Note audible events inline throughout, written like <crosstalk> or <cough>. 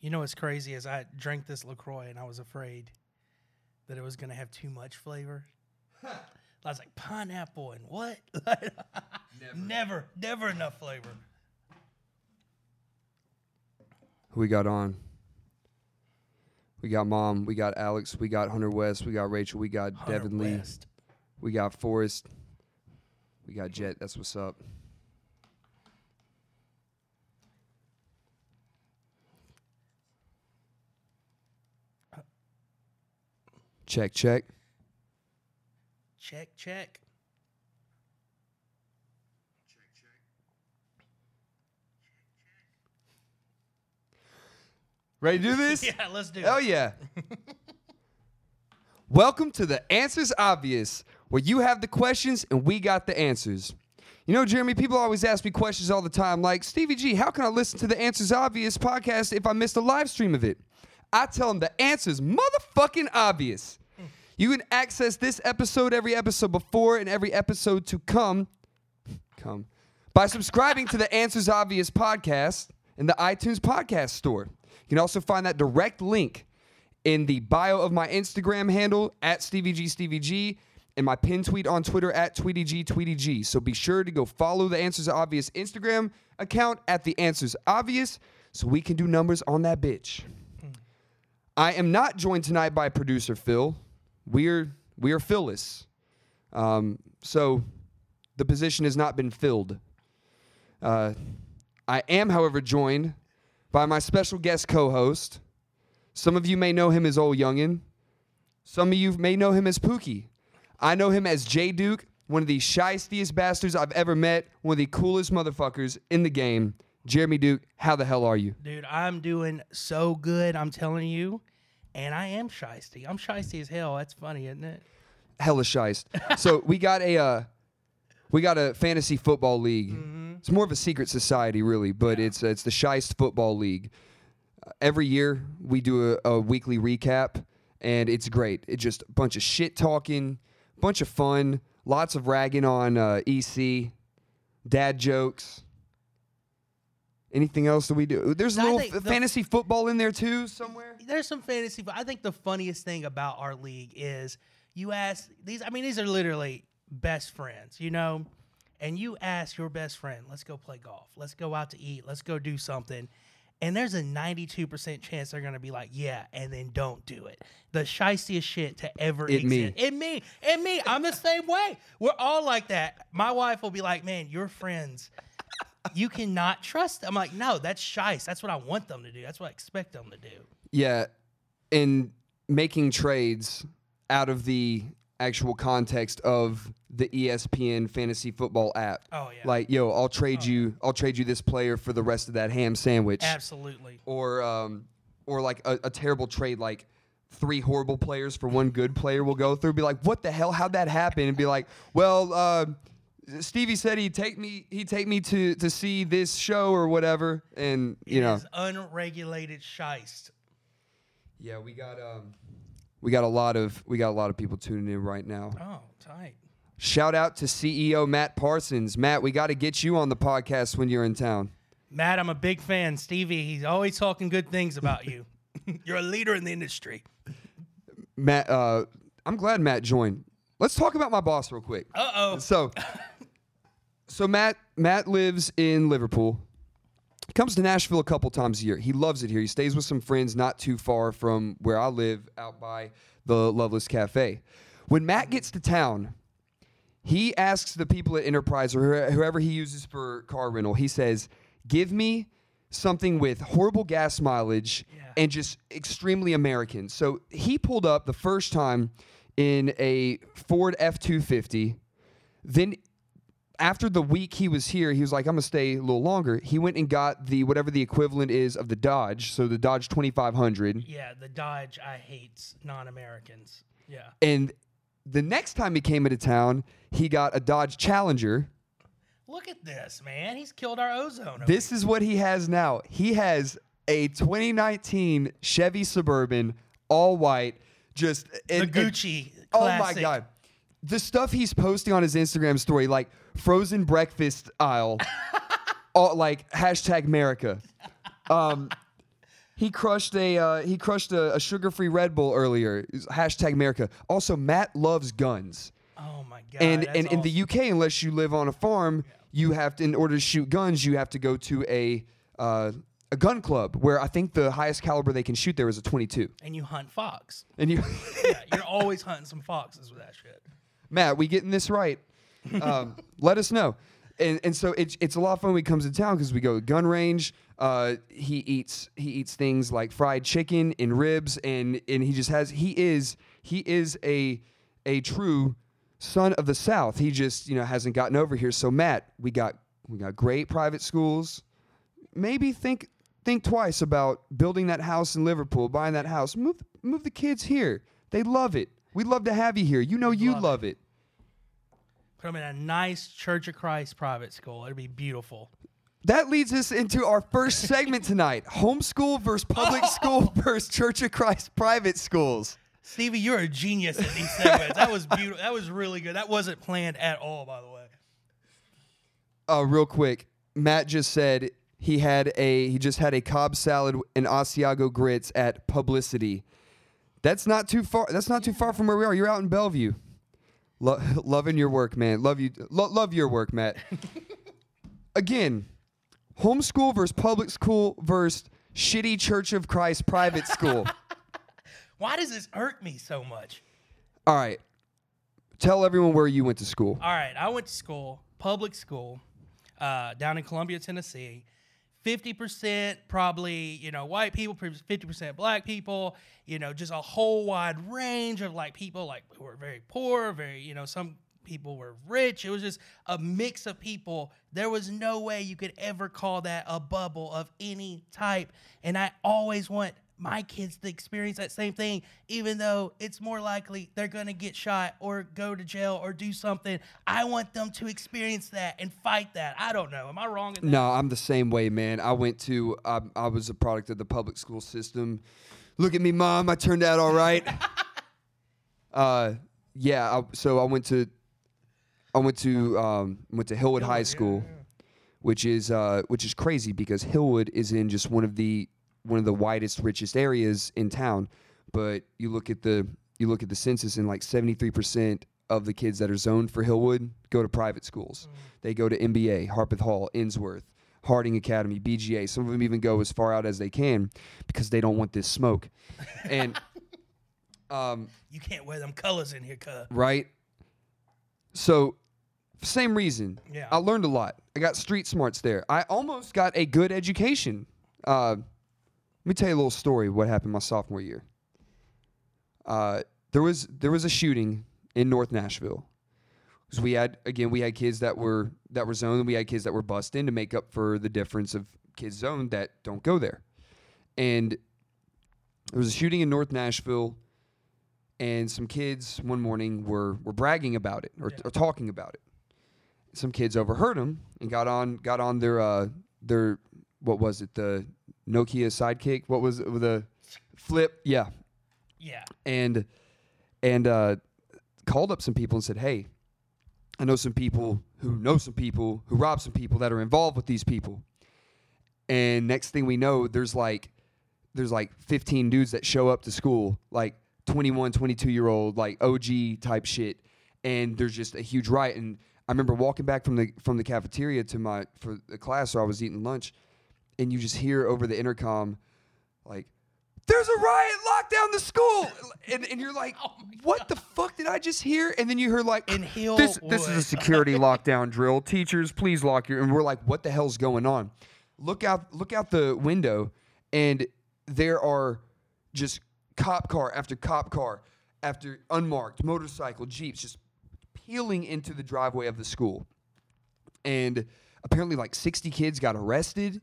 You know what's crazy is I drank this LaCroix and I was afraid that it was gonna have too much <laughs> flavor. I was like, pineapple and what? <laughs> never. never, never enough flavor. Who we got on? We got mom. We got Alex. We got Hunter West. We got Rachel. We got Hunter Devin Lee. West. We got Forrest. We got Jet. That's what's up. Check, check. Check, check. Ready to do <laughs> this? Yeah, let's do Hell it. yeah. <laughs> Welcome to the Answers Obvious, where you have the questions and we got the answers. You know, Jeremy, people always ask me questions all the time like, Stevie G, how can I listen to the Answers Obvious podcast if I missed a live stream of it? I tell them the answer's motherfucking obvious. You can access this episode, every episode before, and every episode to come come by subscribing to the Answers Obvious podcast in the iTunes podcast store. You can also find that direct link in the bio of my Instagram handle at StevieGStevieG and my pin tweet on Twitter at TweetyGTweetyG. So be sure to go follow the Answers Obvious Instagram account at the Answers Obvious so we can do numbers on that bitch. I am not joined tonight by producer Phil. We're we are Phyllis. Um, so the position has not been filled. Uh, I am, however, joined by my special guest co-host. Some of you may know him as Old Youngin. Some of you may know him as Pookie. I know him as Jay Duke, one of the shystiest bastards I've ever met, one of the coolest motherfuckers in the game. Jeremy Duke, how the hell are you? Dude, I'm doing so good, I'm telling you. And I am shysty. I'm shysty as hell. That's funny, isn't it? hella shiced. so we got a uh, we got a fantasy football league. Mm-hmm. It's more of a secret society, really, but it's it's the Shiest Football League. Uh, every year we do a, a weekly recap, and it's great. It's just a bunch of shit talking, bunch of fun, lots of ragging on uh, EC, dad jokes. Anything else that we do? There's a I little think f- the- fantasy football in there too, somewhere. there's some fantasy, but I think the funniest thing about our league is you ask these. I mean, these are literally best friends, you know. And you ask your best friend, "Let's go play golf. Let's go out to eat. Let's go do something." And there's a 92% chance they're gonna be like, "Yeah," and then don't do it. The shystiest shit to ever It me. exist. And me, and me. I'm the same way. We're all like that. My wife will be like, "Man, your friends." You cannot trust. I'm like, no, that's shice. That's what I want them to do. That's what I expect them to do. Yeah, in making trades out of the actual context of the E ESPN fantasy football app. Oh, yeah. Like, yo, I'll trade you I'll trade you this player for the rest of that ham sandwich. Absolutely. Or um or like a, a terrible trade like three horrible players for one good player will go through be like, "What the hell? How'd that happen?" and be like, "Well, uh Stevie said he'd take me he'd take me to to see this show or whatever." And, you It know, is unregulated shyst. Yeah, we got um we got a lot of we got a lot of people tuning in right now. Oh, tight. Shout out to CEO Matt Parsons. Matt, we got to get you on the podcast when you're in town. Matt, I'm a big fan. Stevie, he's always talking good things about <laughs> you. You're a leader in the industry. Matt, uh, I'm glad Matt joined. Let's talk about my boss real quick. Uh oh. So, so Matt Matt lives in Liverpool. He comes to Nashville a couple times a year. He loves it here. He stays with some friends not too far from where I live, out by the Loveless Cafe. When Matt gets to town, he asks the people at Enterprise or who- whoever he uses for car rental. He says, "Give me something with horrible gas mileage Yeah. and just extremely American." So he pulled up the first time in a Ford F two fifty then after the week he was here, he was like, I'm gonna stay a little longer. He went and got the whatever the equivalent is of the Dodge, so the Dodge 2500. Yeah, the Dodge, I hate non Americans. Yeah. And the next time he came into town, he got a Dodge Challenger. Look at this, man. He's killed our ozone. over This is what he has now. He has a 2019 Chevy Suburban, all white, just here. the and- and- Gucci. Oh my classic. god. The stuff he's posting on his Instagram story, like frozen breakfast <laughs> aisle, all, like hashtag America. Um, He crushed a uh, he crushed a, a sugar free Red Bull earlier. It's Hashtag America. Also, Matt loves guns, Oh my god. and that's and in the UK, unless you live on a farm, you have to in order to shoot guns, you have to go to a uh, a gun club where I think the highest caliber they can shoot there is a 22. awesome. and you hunt fox. And you, <laughs> Yeah, you're always hunting some foxes with that shit. Matt, we getting this right? Um, let us know. And and so it's it's a lot of fun when he comes to town because we go to gun range. Uh, he eats he eats things like fried chicken and ribs and and he just has he is he is a a true son of the South. He just you know hasn't gotten over here. So Matt, we got we got great private schools. Maybe think think twice about building that house in Liverpool, buying that house. Move move the kids here. They love it. We love to have you here. You know you Love love, it. it. Put them in a nice Church of Christ private school. It'd be beautiful. That leads us into our first segment tonight homeschool versus public school versus Church of Christ private schools. Stevie, you're a genius at these segments. that was beautiful. That was really good. That wasn't planned at all, by the way. Uh, real quick, Matt just said he had a he just had a Cobb salad and Asiago grits at Publicity. That's not too far. That's not too far from where we are. You're out in Bellevue. Lo- <laughs> loving your work, man. Love you. Lo- love your work, Matt. Again, homeschool versus public school versus shitty Church of Christ private school. Why does this irk me so much? All right. Tell everyone where you went to school. All right, I went to school, public school, uh, down in Columbia, Tennessee. Fifty percent probably, you know, white people. Fifty percent black people. You know, just a whole wide range of like people, like who were very poor, very, you know, some people were rich. It was just a mix of people. There was no way you could ever call that a bubble of any type. And I always want my kids to experience that same thing, even though it's more likely they're gonna get shot or go to jail or do something. I want them to experience that and fight that. I don't know. Am I wrong in that? No, I'm the same way, man. I went to, I, I was a product of the public school system. Look at me, mom. I turned out all right. uh, yeah. I, so I went to, I went to, um, went to Hillwood High School, which is, uh, which is crazy because Hillwood is in just one of the, one of the widest, richest areas in town. But you look at the, you look at the census, and like 73% of the kids that are zoned for Hillwood go to private schools. They go to MBA, Harpeth Hall, Innsworth, Harding Academy, BGA. Some of them even go as far out as they can because they don't want this smoke. And um, You can't wear them colors in here, cuz. right? So, same reason. Yeah. I learned a lot. I got street smarts there. I almost got a good education. Uh, let me tell you a little story. Of what happened my sophomore year? Uh, there was there was a shooting in North Nashville. 'Cause we had again we had kids that were that were zoned. We had kids that were bussed in to make up for the difference of kids zoned that don't go there. And there was a shooting in North Nashville and some kids one morning were were bragging about it or, or talking about it. Some kids overheard them and got on got on their uh, their what was it the Nokia Sidekick? What was it, the flip? Yeah, Yeah. and and uh, called up some people and said, "Hey, I know some people who know some people who rob some people that are involved with these people." And next thing we know, there's like there's like 15 dudes that show up to school, like 21, 22 year old, like OG type shit, and there's just a huge riot. And I remember walking back from the from the cafeteria to my for the class where I was eating lunch, and you just hear over the intercom, like, "There's a riot! Lock down the school!" And, and you're like, "What the fuck did I just hear?" And then you hear like, In "This this is a Hillwood. security lockdown drill. Teachers, please lock your. And we're like, what the hell's going on? Look out! Look out the window, and there are just cop car after cop car after unmarked motorcycle jeeps just peeling into the driveway of the school, and apparently like sixty kids got arrested,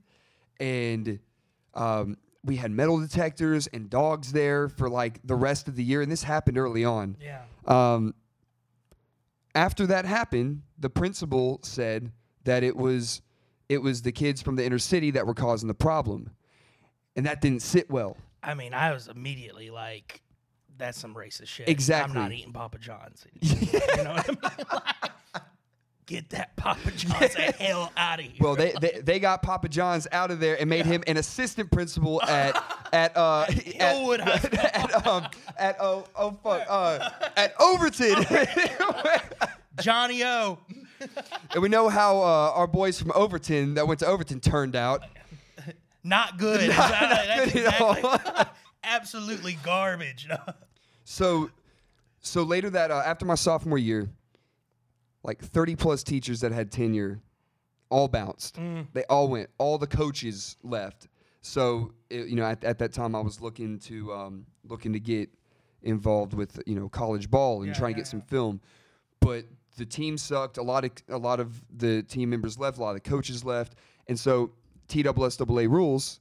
and um, we had metal detectors and dogs there for like the rest of the year. And this happened early on. Yeah. Um, after that happened, the principal said that it was it was the kids from the inner city that were causing the problem, and that didn't sit well. I mean, I was immediately like, that's some racist shit. I'm Exactly. not eating Papa John's. anymore." you know what I mean? <laughs> Like, get that Papa John's <laughs> the hell out of here. Well, they, they they got Papa John's out of there and made him an assistant principal at at uh Hillwood High at, <laughs> at um at oh oh fuck uh at Overton. <laughs> <laughs> Johnny O. and we know how uh, our boys from Overton that went to Overton turned out. <laughs> Not good. That's good at all. exactly- Absolutely garbage. <laughs> So so later that uh, after my sophomore year, like 30 plus teachers that had tenure all bounced. Mm. They all went. All the coaches left. So it, you know, at, at that time, I was looking to um, looking to get involved with you know college ball and Yeah, trying yeah, to get some film, but the team sucked. A lot of a lot of the team members left. A lot of the coaches left, and so TWSAA rules.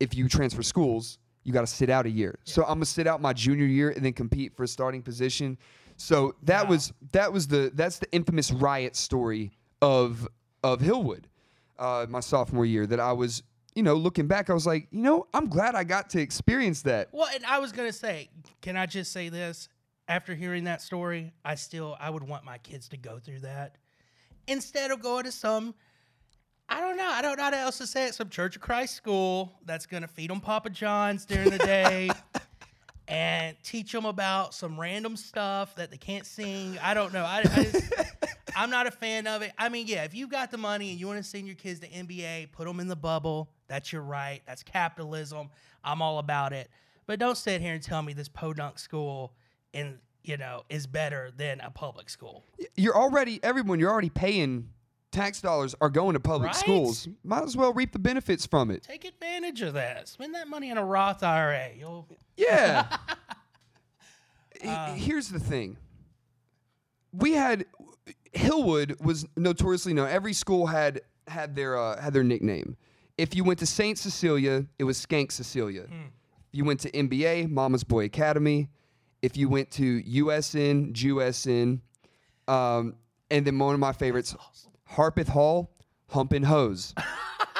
If you transfer schools, you got to sit out a year. So I'm gonna sit out my junior year and then compete for a starting position. So that Wow. was that was the that's the infamous riot story of of Hillwood, uh, my sophomore year. That I was, you know, looking back, I was like, you know, I'm glad I got to experience that. Well, and I was gonna say, can I just say this? After hearing that story, I still I would want my kids to go through that instead of going to some. I don't know. I don't know how else to say it. Some Church of Christ school that's gonna feed them Papa John's during the <laughs> day. And teach them about some random stuff that they can't sing. I don't know. I, I just, I'm not a fan of it. I mean, yeah, if you got the money and you want to send your kids to NBA, put them in the bubble. That's your right. That's capitalism. I'm all about it. But don't sit here and tell me this podunk school and you know is better than a public school. You're already everyone. You're already paying tax dollars are going to public Right? schools. Might as well reap the benefits <laughs> from it. Take advantage of that. Spend that money in a Roth IRA. You'll Yeah. He- Uh. Here's the thing. We had Hillwood was notoriously known. Every school had had their uh, had their nickname. If you went to Saint Cecilia, it was Skank Cecilia. Hmm. If you went to MBA, Mama's Boy Academy. If you went to USN, JUSN, um, and then one of my favorites, Harpeth Hall, Humpin' Hose.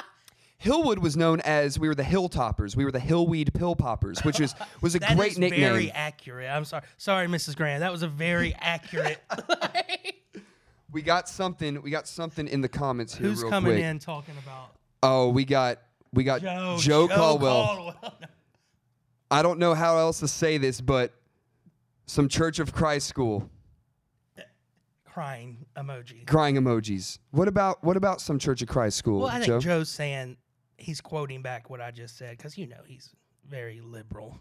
<laughs> Hillwood was known as we were the Hilltoppers. We were the Hillweed Pill Poppers, which is was a That is great nickname. very accurate. I'm sorry. Sorry, Mrs. Grant. That was a <laughs> very accurate. We got something. We got something in the comments here. Who's real coming quick. in talking about Oh, we got we got Joe Joe, Caldwell. I don't know how else to say this, but some Church of Christ school <laughs> Crying emoji. crying emojis. What about what about some Church of Christ school, Well, I think Joe? Joe's saying he's quoting back what I just said because you know he's very liberal,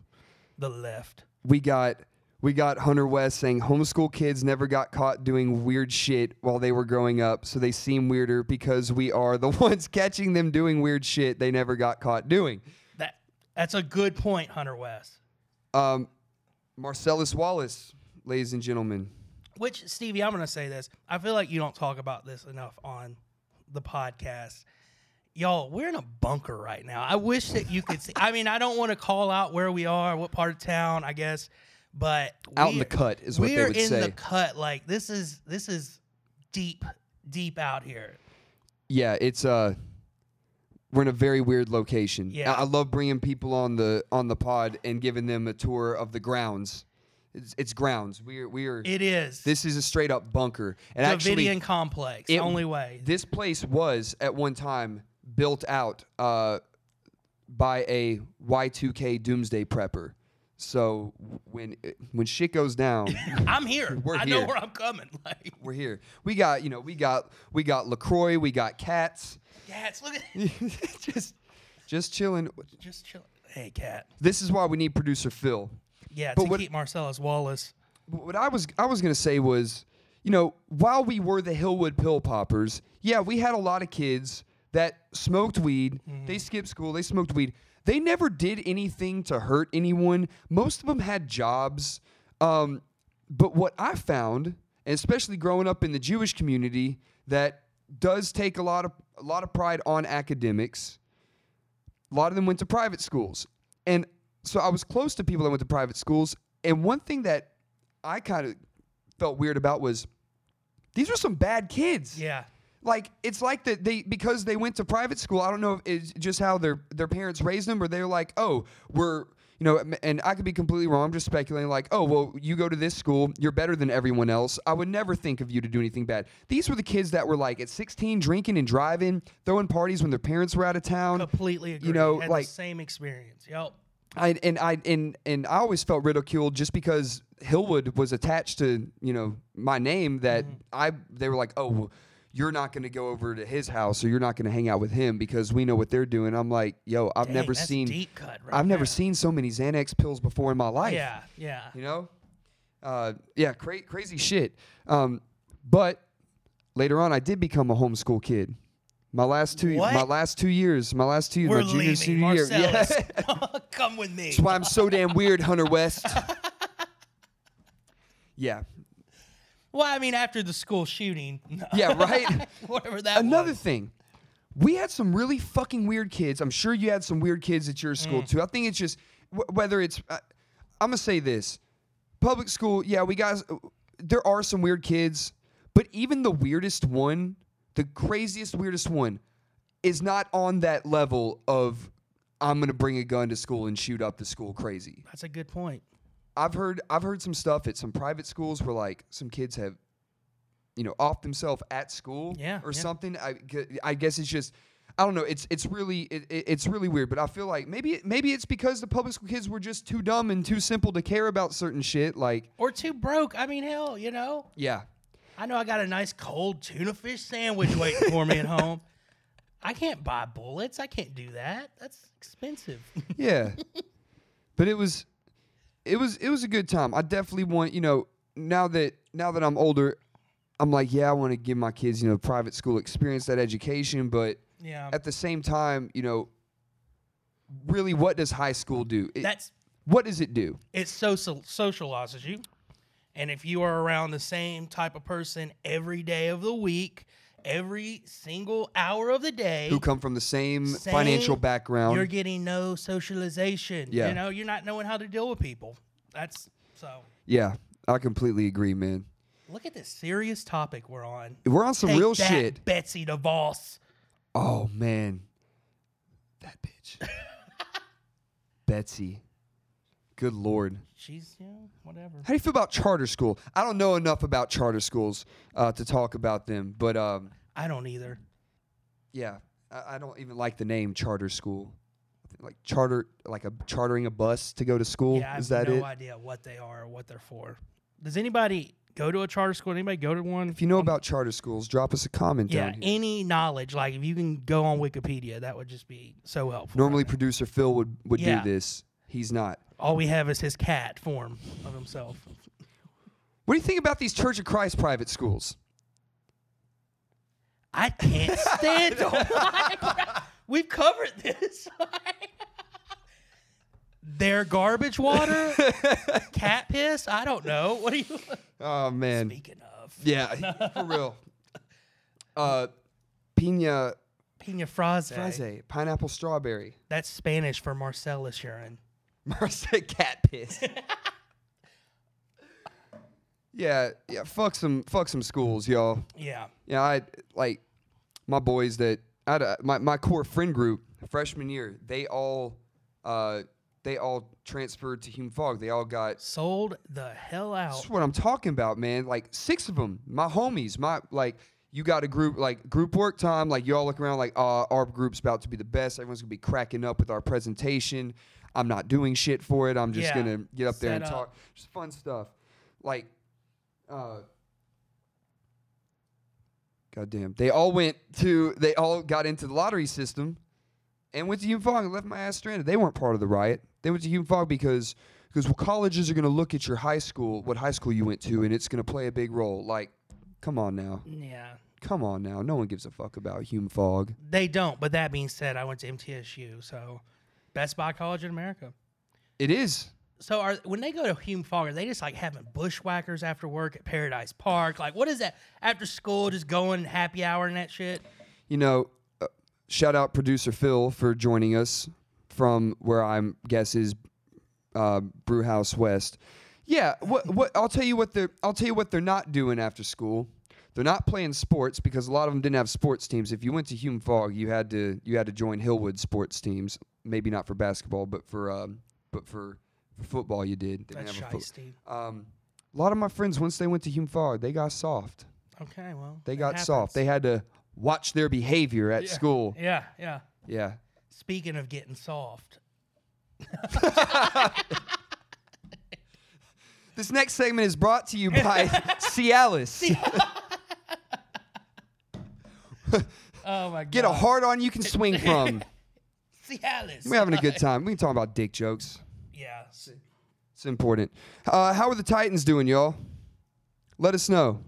the left. we got we got Hunter West saying homeschool kids never got caught doing weird shit while they were growing up, so they seem weirder because we are the <laughs> ones catching them doing weird shit they never got caught doing. That that's a good point, Hunter West. Um, Marcellus Wallace, ladies and gentlemen. Which Stevie, I'm gonna say this. I feel like you don't talk about this enough on the podcast. Y'all, we're in a bunker right now. I wish that you could see. I mean, I don't want to call out where we are, what part of town, I guess, but Out in we- the cut is what they we're would in say. the cut. Like this is this is deep, deep out here. yeah, it's uh we're in a very weird location. Yeah. I, I love bringing people on the on the pod and giving them a tour of the grounds. It's, it's grounds. We're we're It is. this is a straight up bunker. And actually, Davidian complex. it- only way. this place was at one time built out uh, by a Y2K doomsday prepper. So when when shit goes down, <laughs> I'm here. <laughs> We're I know here. where I'm coming. <laughs> Like we're here. We got you know we got we got Lacroix, we got cats, cats, look at <laughs> <laughs> just just chilling. just chill. Hey, cat. This is why we need producer Phil. Yeah, But to what- keep Marcellus Wallace. what I was I was gonna say was, you know, while we were the Hillwood pill poppers, yeah, we had a lot of kids that smoked weed. They skipped school. They smoked weed. They never did anything to hurt anyone. Most of them had jobs. Um, but what I found, and especially growing up in the Jewish community, that does take a lot of a lot of pride on academics. A lot of them went to private schools. And so I was close to people that went to private schools. And one thing that I kind of felt weird about was these were some bad kids. Yeah. Like it's like that they because they went to private school. I don't know if it's just how their their parents raised them, or they're like, oh, we're you know, m- and I could be completely wrong. I'm just speculating, like, oh, well, you go to this school, you're better than everyone else. I would never think of you to do anything bad. These were the kids that were like at 16, drinking and driving, throwing parties when their parents were out of town. Completely agree. know, Had like- the same experience. Yep. I and I and and I always felt ridiculed just because Hillwood was attached to you know my name that Mm-hmm. I they were like oh well, you're not going to go over to his house or you're not going to hang out with him because we know what they're doing. I'm like yo I've Dang, never that's seen deep cut. Right I've never there. seen so many Xanax pills before in my life. Yeah, yeah. you know, uh, yeah, cra- crazy shit. Um, but later on, I did become a homeschool kid. My last two, What? my last two years, my last two years, We're my junior and leaving, senior year. Yeah. Marcellus. <laughs> <laughs> Come with me. That's why I'm so damn weird, Hunter West. yeah. Well, I mean, after the school shooting. <laughs> Yeah, right? Whatever that Another was. thing. We had some really fucking weird kids. I'm sure you had some weird kids at your school too. I think it's just wh- whether it's uh, I'm going to say this. Public school, yeah, we guys there are some weird kids, but even the weirdest one, the craziest weirdest one is not on that level of I'm going to bring a gun to school and shoot up the school crazy. That's a good point. I've heard I've heard some stuff at some private schools where like some kids have, you know, off themselves at school Yeah, or yeah. something. I, gu- I guess it's just I don't know. It's it's really it, it- it's really weird. But I feel like maybe it- maybe it's because the public school kids were just too dumb and too simple to care about certain shit. Like Or too broke. I mean, hell, you know. yeah, I know I got a nice cold tuna fish sandwich waiting for me at home. I can't buy bullets. I can't do that. That's expensive. <laughs> yeah. but it was it was it was a good time. I definitely want you know now that now that I'm older, I'm like yeah I want to give my kids you know private school experience that education, but yeah. at the same time, you know, really, what does high school do? It- That's what does it do? it social socializes you and if you are around the same type of person every day of the week every single hour of the day Who come from the same, same- financial background? you're getting no socialization Yeah. you know you're not knowing how to deal with people that's so yeah, I completely agree, man. look at this serious topic we're on We're on some Take real that, shit. betsy devos Oh man, that <laughs> bitch, Betsy. Good lord. she's you know whatever How do you feel about charter school? I don't know enough about charter schools uh, to talk about them, but um, i don't either yeah, I, I don't even like the name charter school. Like charter, like a chartering a bus to go to school. yeah i Is have that no it? idea what they are or what they're for does anybody go to a charter school anybody go to one If you know about charter schools, drop us a comment yeah, down here. any knowledge, like if you can go on Wikipedia, that would just be so helpful. Normally, producer Phil would, would Yeah. do this. He's not. all we have is his cat form of himself. What do you think about these Church of Christ private schools? I can't <laughs> stand <laughs> it. We've covered this. <laughs> Their garbage <laughs> water, cat piss. I don't know. What are you <laughs> Oh man, speaking of? yeah, <laughs> for real. Uh, pina Pina fraze. fraise, pineapple strawberry, <laughs> That's Spanish for Marcellus urine. Marcia cat <laughs> piss. yeah, yeah. Fuck some, fuck some schools, y'all. Yeah. Yeah, I like my boys that I had a, my my core friend group freshman year. They all uh, they all transferred to Hume Fog. They all got. Sold the hell out. That's what I'm talking about, man. Like six of them, my homies, my like. You got a group like group work time. Like y'all look around, like uh, our group's about to be the best. Everyone's gonna be cracking up with our presentation. I'm not doing shit for it. I'm Yeah. just gonna get up there Set and up. talk. Just fun stuff. Like, uh, goddamn, they all went to. They all got into the lottery system, and went to Hume Fog and left my ass stranded. They weren't part of the riot. They went to Hume Fog because because colleges are gonna look at your high school, what high school you went to, and it's gonna play a big role. Like, come on now, Yeah. come on now. No one gives a fuck about Hume Fog. They don't. But that being said, I went to MTSU, so Best Buy College in America. It is. So are when they go to Hume Fog, are they just like having bushwhackers after work at Paradise Park? Like what is that after school? Just going happy hour and that shit. you know, uh, shout out producer Phil for joining us from where I'm guess is uh, Brewhouse West. Yeah, what what I'll tell you what they're I'll tell you what they're not doing after school. They're not playing sports because a lot of them didn't have sports teams. If you went to Hume Fog, you had to you had to join Hillwood sports teams. Maybe not for basketball, but for um, but for, for football you did. They didn't That's have a foot- shiesty. um, a lot of my friends once they went to Hume Fog, they got soft. Okay, well. They it got soft. They happens. had to watch their behavior at school. Yeah, yeah. Yeah. Speaking of getting soft, This next segment is brought to <laughs> you by Cialis. oh my god. Get a hard on you can <laughs> swing from. Cialis. We're having a good time. We can talk about dick jokes. Yeah. s- It's important. Uh, how are the Titans doing, y'all? Let us know.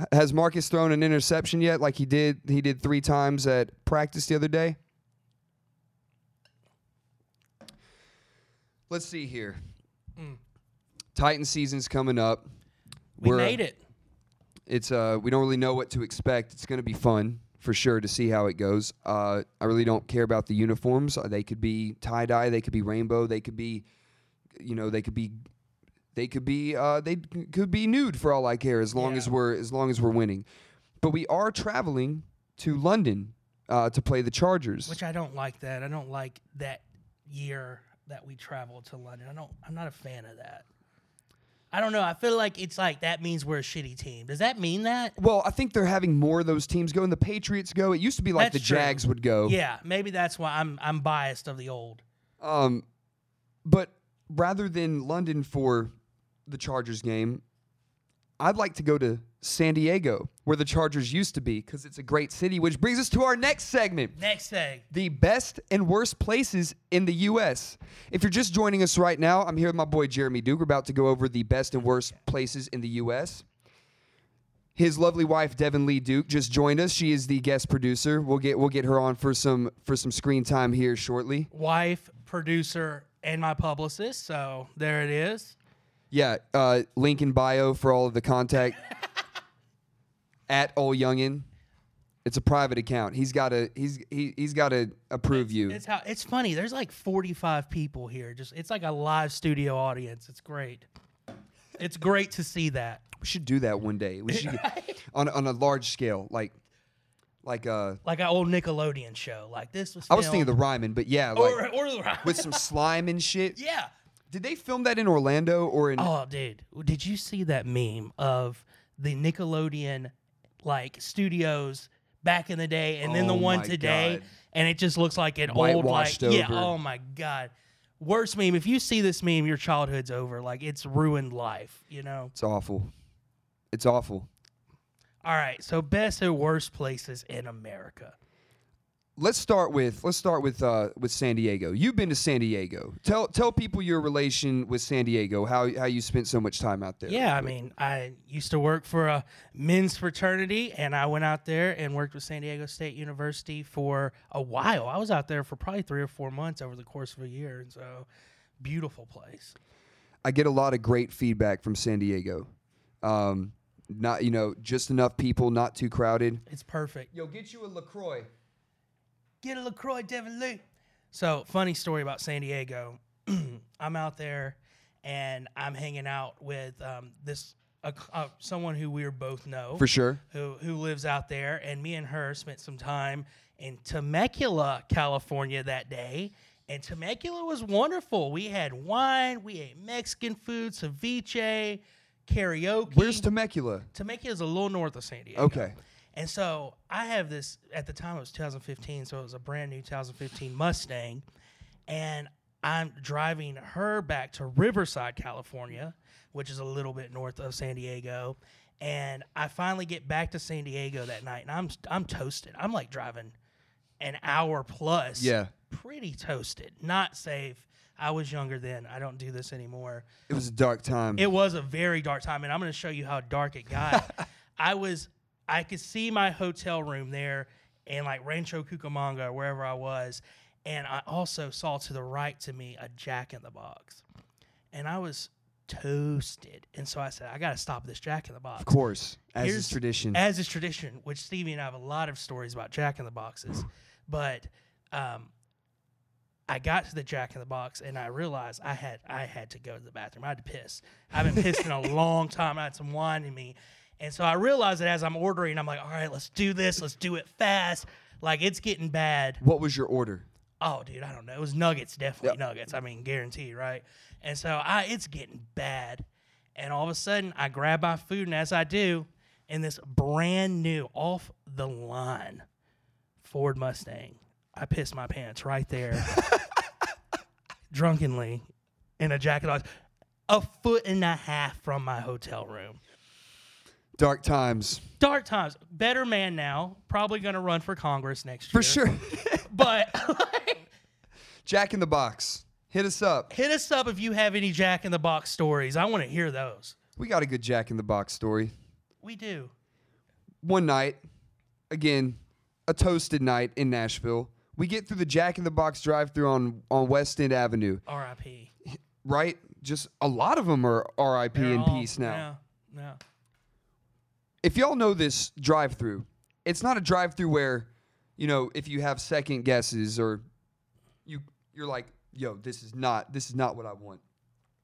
H- Has Marcus thrown an interception yet? Like he did, he did three times at practice the other day. Let's see here. Titan season's coming up. Mm. We We're- made it. It's uh, we don't really know what to expect. It's going to be fun for sure to see how it goes. Uh, I really don't care about the uniforms. Uh, They could be tie dye. They could be rainbow. They could be, you know, they could be, they could be, uh, they c- could be nude for all I care. As long Yeah. as we're as long as we're winning, but we are traveling to London uh, to play the Chargers. Which I don't like that. I don't like that year that we traveled to London. I don't I'm not a fan of that. I don't know. I feel like it's like that means we're a shitty team. Does that mean that? well, I think they're having more of those teams go, and the Patriots go. It used to be like That's the true. Jags would go. Yeah, maybe that's why I'm I'm biased of the old. Um, but rather than London for the Chargers game, I'd like to go to San Diego, where the Chargers used to be, because it's a great city. Which brings us to our next segment Next thing. the best and worst places in the U.S. If you're just joining us right now, I'm here with my boy Jeremy Duke. We're about to go over the best and worst places in the U.S. His lovely wife Devin Lee Duke just joined us. She is the guest producer. We'll get we'll get her on for some for some screen time here shortly. Wife, producer, and my publicist. So there it is. Yeah, uh, link in bio for all of <laughs> the contact at Ol Youngin. It's a private account. He's got to he's he, he's got to approve you. It's how it's funny. There's like 45 people here. Just it's like a live studio audience. It's great. It's great to see that. we should do that one day. We should <laughs> get- on on a large scale, like like uh, Like an old Nickelodeon show. Like this was. I was thinking filmed- the Ryman, but yeah, like or, or the with some slime and <laughs> shit. yeah. Did they film that in Orlando or in? Oh, dude, did you see that meme of the Nickelodeon like studios back in the day, and then the Oh one my today, God. and it just looks like an old like Whitewashed yeah. over. Oh my god, worst meme. If you see this meme, your childhood's over. Like it's ruined life. You know. It's awful. It's awful. All right, so best and worst places in America. let's start with let's start with uh, with San Diego. You've been to San Diego. Tell tell people your relation with San Diego. How how you spent so much time out there. Yeah, I mean, I used to work for a men's fraternity, and I went out there and worked with San Diego State University for a while. I was out there for probably three or four months over the course of a year, and so beautiful place. I get a lot of great feedback from San Diego. Um, not you know just enough people, not too crowded. It's perfect. Yo, get you a Lacroix. Get a LaCroix, Devin Lee. So, funny story about San Diego. <clears throat> I'm out there, and I'm hanging out with um, this a uh, someone who we both know. For sure. who who lives out there, and me and her spent some time in Temecula, California that day. And Temecula was wonderful. We had wine, we ate Mexican food, ceviche, karaoke. Where's Temecula? Temecula is a little north of San Diego. Okay. And so I have this at the time it was 2015, so it was a brand new 2015 Mustang, and I'm driving her back to Riverside, California, which is a little bit north of San Diego. And I finally get back to San Diego that night, and I'm I'm toasted. I'm like driving an hour plus Yeah. pretty toasted, not safe. I was younger then. I don't do this anymore. It was a dark time. It was a very dark time, and I'm going to show you how dark it got. I was, I could see my hotel room there in like Rancho Cucamonga, wherever I was, and I also saw to the right to me a Jack in the Box, and I was toasted, and so I said, I got to stop this Jack in the Box. of course, as Here's- is tradition. As is tradition, which Stevie and I have a lot of stories about Jack in the Boxes, but um, I got to the Jack in the Box and I realized I had I had to go to the bathroom. I had to piss. I've been pissing a long time. I had some wine in me, and so I realized that as I'm ordering, I'm like, all right, let's do this. Let's do it fast. Like it's getting bad. what was your order? Oh, dude, I don't know. It was Nuggets, definitely Nuggets. I mean, guaranteed, right? And so I, it's getting bad, and all of a sudden I grab my food, and as I do, in this brand new off the line Ford Mustang, I piss my pants right <laughs> there, drunkenly, in a jacket, on- a foot and a half from my hotel room Dark times. dark times. Better man now. Probably going to run for Congress next year. For sure. But <laughs> <laughs> Jack in the Box. Hit us up. hit us up if you have any Jack in the Box stories. I want to hear those. We got a good Jack in the Box story. We do. One night, again, a toasted night in Nashville. We get through the Jack in the Box drive through on, on West End Avenue, R.I.P. right? Just a lot of them are RIP They're in all- peace now. No, no. if y'all know this drive through, it's not a drive through where, you know, if you have second guesses or you you're like, yo, this is not this is not what I want.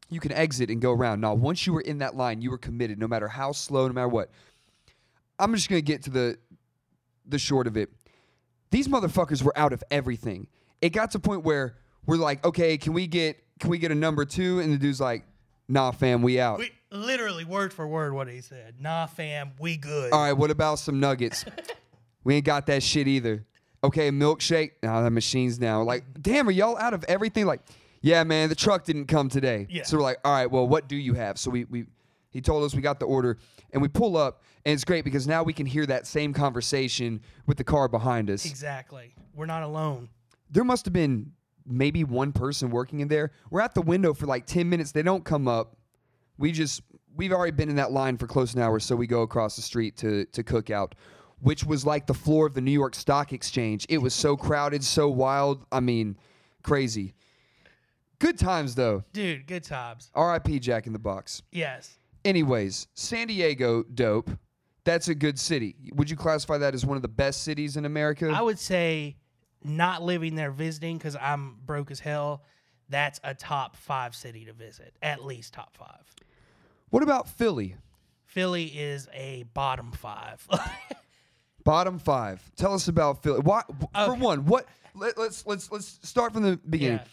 You can exit and go around. Now, once you were in that line, you were committed, no matter how slow, no matter what. I'm just gonna get to the the short of it. These motherfuckers were out of everything. It got to a point where we're like, okay, can we get can we get a number two? And the dude's like, nah, fam, we out. We literally word for word what he said. Nah, fam, we good. All right, what about <laughs> some nuggets? we ain't got that shit either. Okay, milkshake. Now that machine's down. Like, damn, are y'all out of everything? Like, yeah, man, the truck didn't come today. Yeah. So we're like, all right, well, what do you have? So we we he told us we got the order and we pull up and it's great because now we can hear that same conversation with the car behind us. Exactly. We're not alone. There must have been maybe one person working in there. We're at the window for like 10 minutes. They don't come up. We just we've already been in that line for close to an hour, so we go across the street to to cookout, which was like the floor of the New York Stock Exchange. It was so crowded, so wild. I mean, crazy. Good times though. Dude, good times. R.I.P. Jack in the Box. Yes. Anyways, San Diego, dope. That's a good city. Would you classify that as one of the best cities in America? I would say not living there visiting because I'm broke as hell. That's a top five city to visit, at least top five. what about Philly? Philly is a bottom five. <laughs> Bottom five. Tell us about Philly. Why, For Okay. one, what? Let, let's let's let's start from the beginning. Yeah.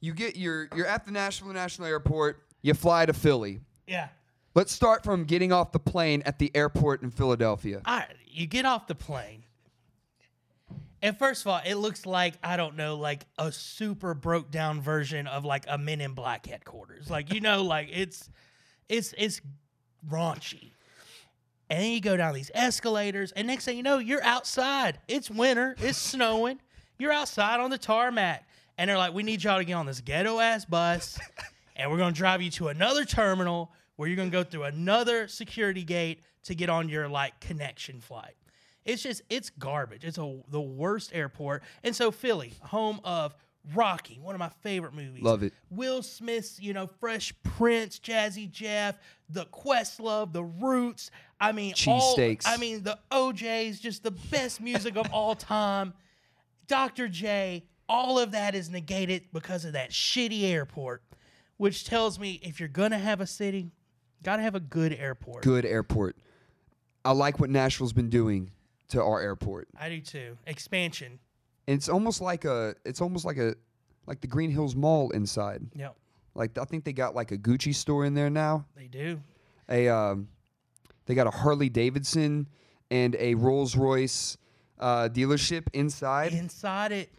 You get your you're at the Nashville National Airport. You fly to Philly. yeah. Let's start from getting off the plane at the airport in Philadelphia. All right, you get off the plane. And first of all, it looks like I don't know, like a super broke down version of like a Men in Black headquarters. Like you know, like it's it's it's raunchy. And then you go down these escalators, and next thing you know, you're outside. It's winter. It's snowing. You're outside on the tarmac, and they're like, "We need y'all to get on this ghetto ass bus, and we're gonna drive you to another terminal where you're gonna go through another security gate to get on your like connection flight." It's just it's garbage. It's a, the worst airport. And so Philly, home of Rocky, one of my favorite movies. Love it. Will Smith's, you know, Fresh Prince, Jazzy Jeff, the Questlove, the Roots. I mean, all- Cheesesteaks. I mean, the OJ's, just the best music of all time. Dr. J, all of that is negated because of that shitty airport, which tells me if you're gonna have a city, gotta have a good airport. Good airport. I like what Nashville's been doing to our airport. I do too. Expansion. And it's almost like a it's almost like a like the Green Hills Mall inside. Yep, Like I think they got like a Gucci store in there now. they do. a um, they got a Harley Davidson and a Rolls Royce uh, dealership inside. Inside it,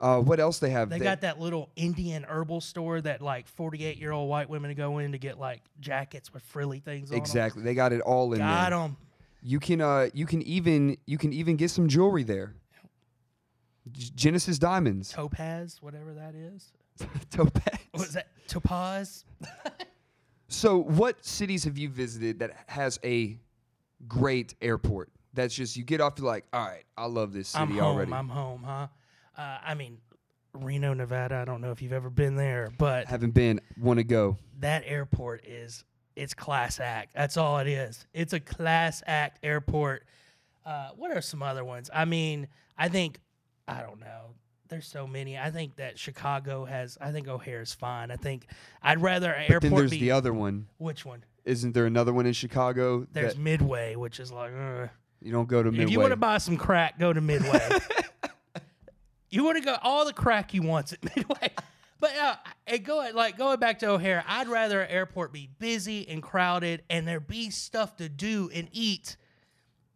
Uh, what else they have? they got that little Indian herbal store that like 48 year old white women go in to get like jackets with frilly things on 'em. exactly. They got it all in Got there. 'em. You can uh, you can even you can even get some jewelry there. G- Genesis diamonds, Topaz, whatever that is. <laughs> topaz. <laughs> What is that? Topaz? So, what cities have you visited that has a great airport? That's just you get off, you're like, all right, I love this city I'm home. already. I'm home, huh? Uh, I mean, Reno, Nevada. I don't know if you've ever been there, but Haven't been, want to go. that airport is it's class act. That's all it is. It's a class act airport. Uh, what are some other ones? I mean, I think I don't know. There's so many. I think that Chicago has. I think O'Hare's fine. I think I'd rather an Then airport there's be the other one. which one? Isn't there another one in Chicago? There's that Midway, which is like. ugh. you don't go to Midway. <laughs> If you want to buy some crack, go to Midway. You want to go all the crack you want at Midway. But uh, and going like going back to O'Hare, I'd rather an airport be busy and crowded, and there be stuff to do and eat,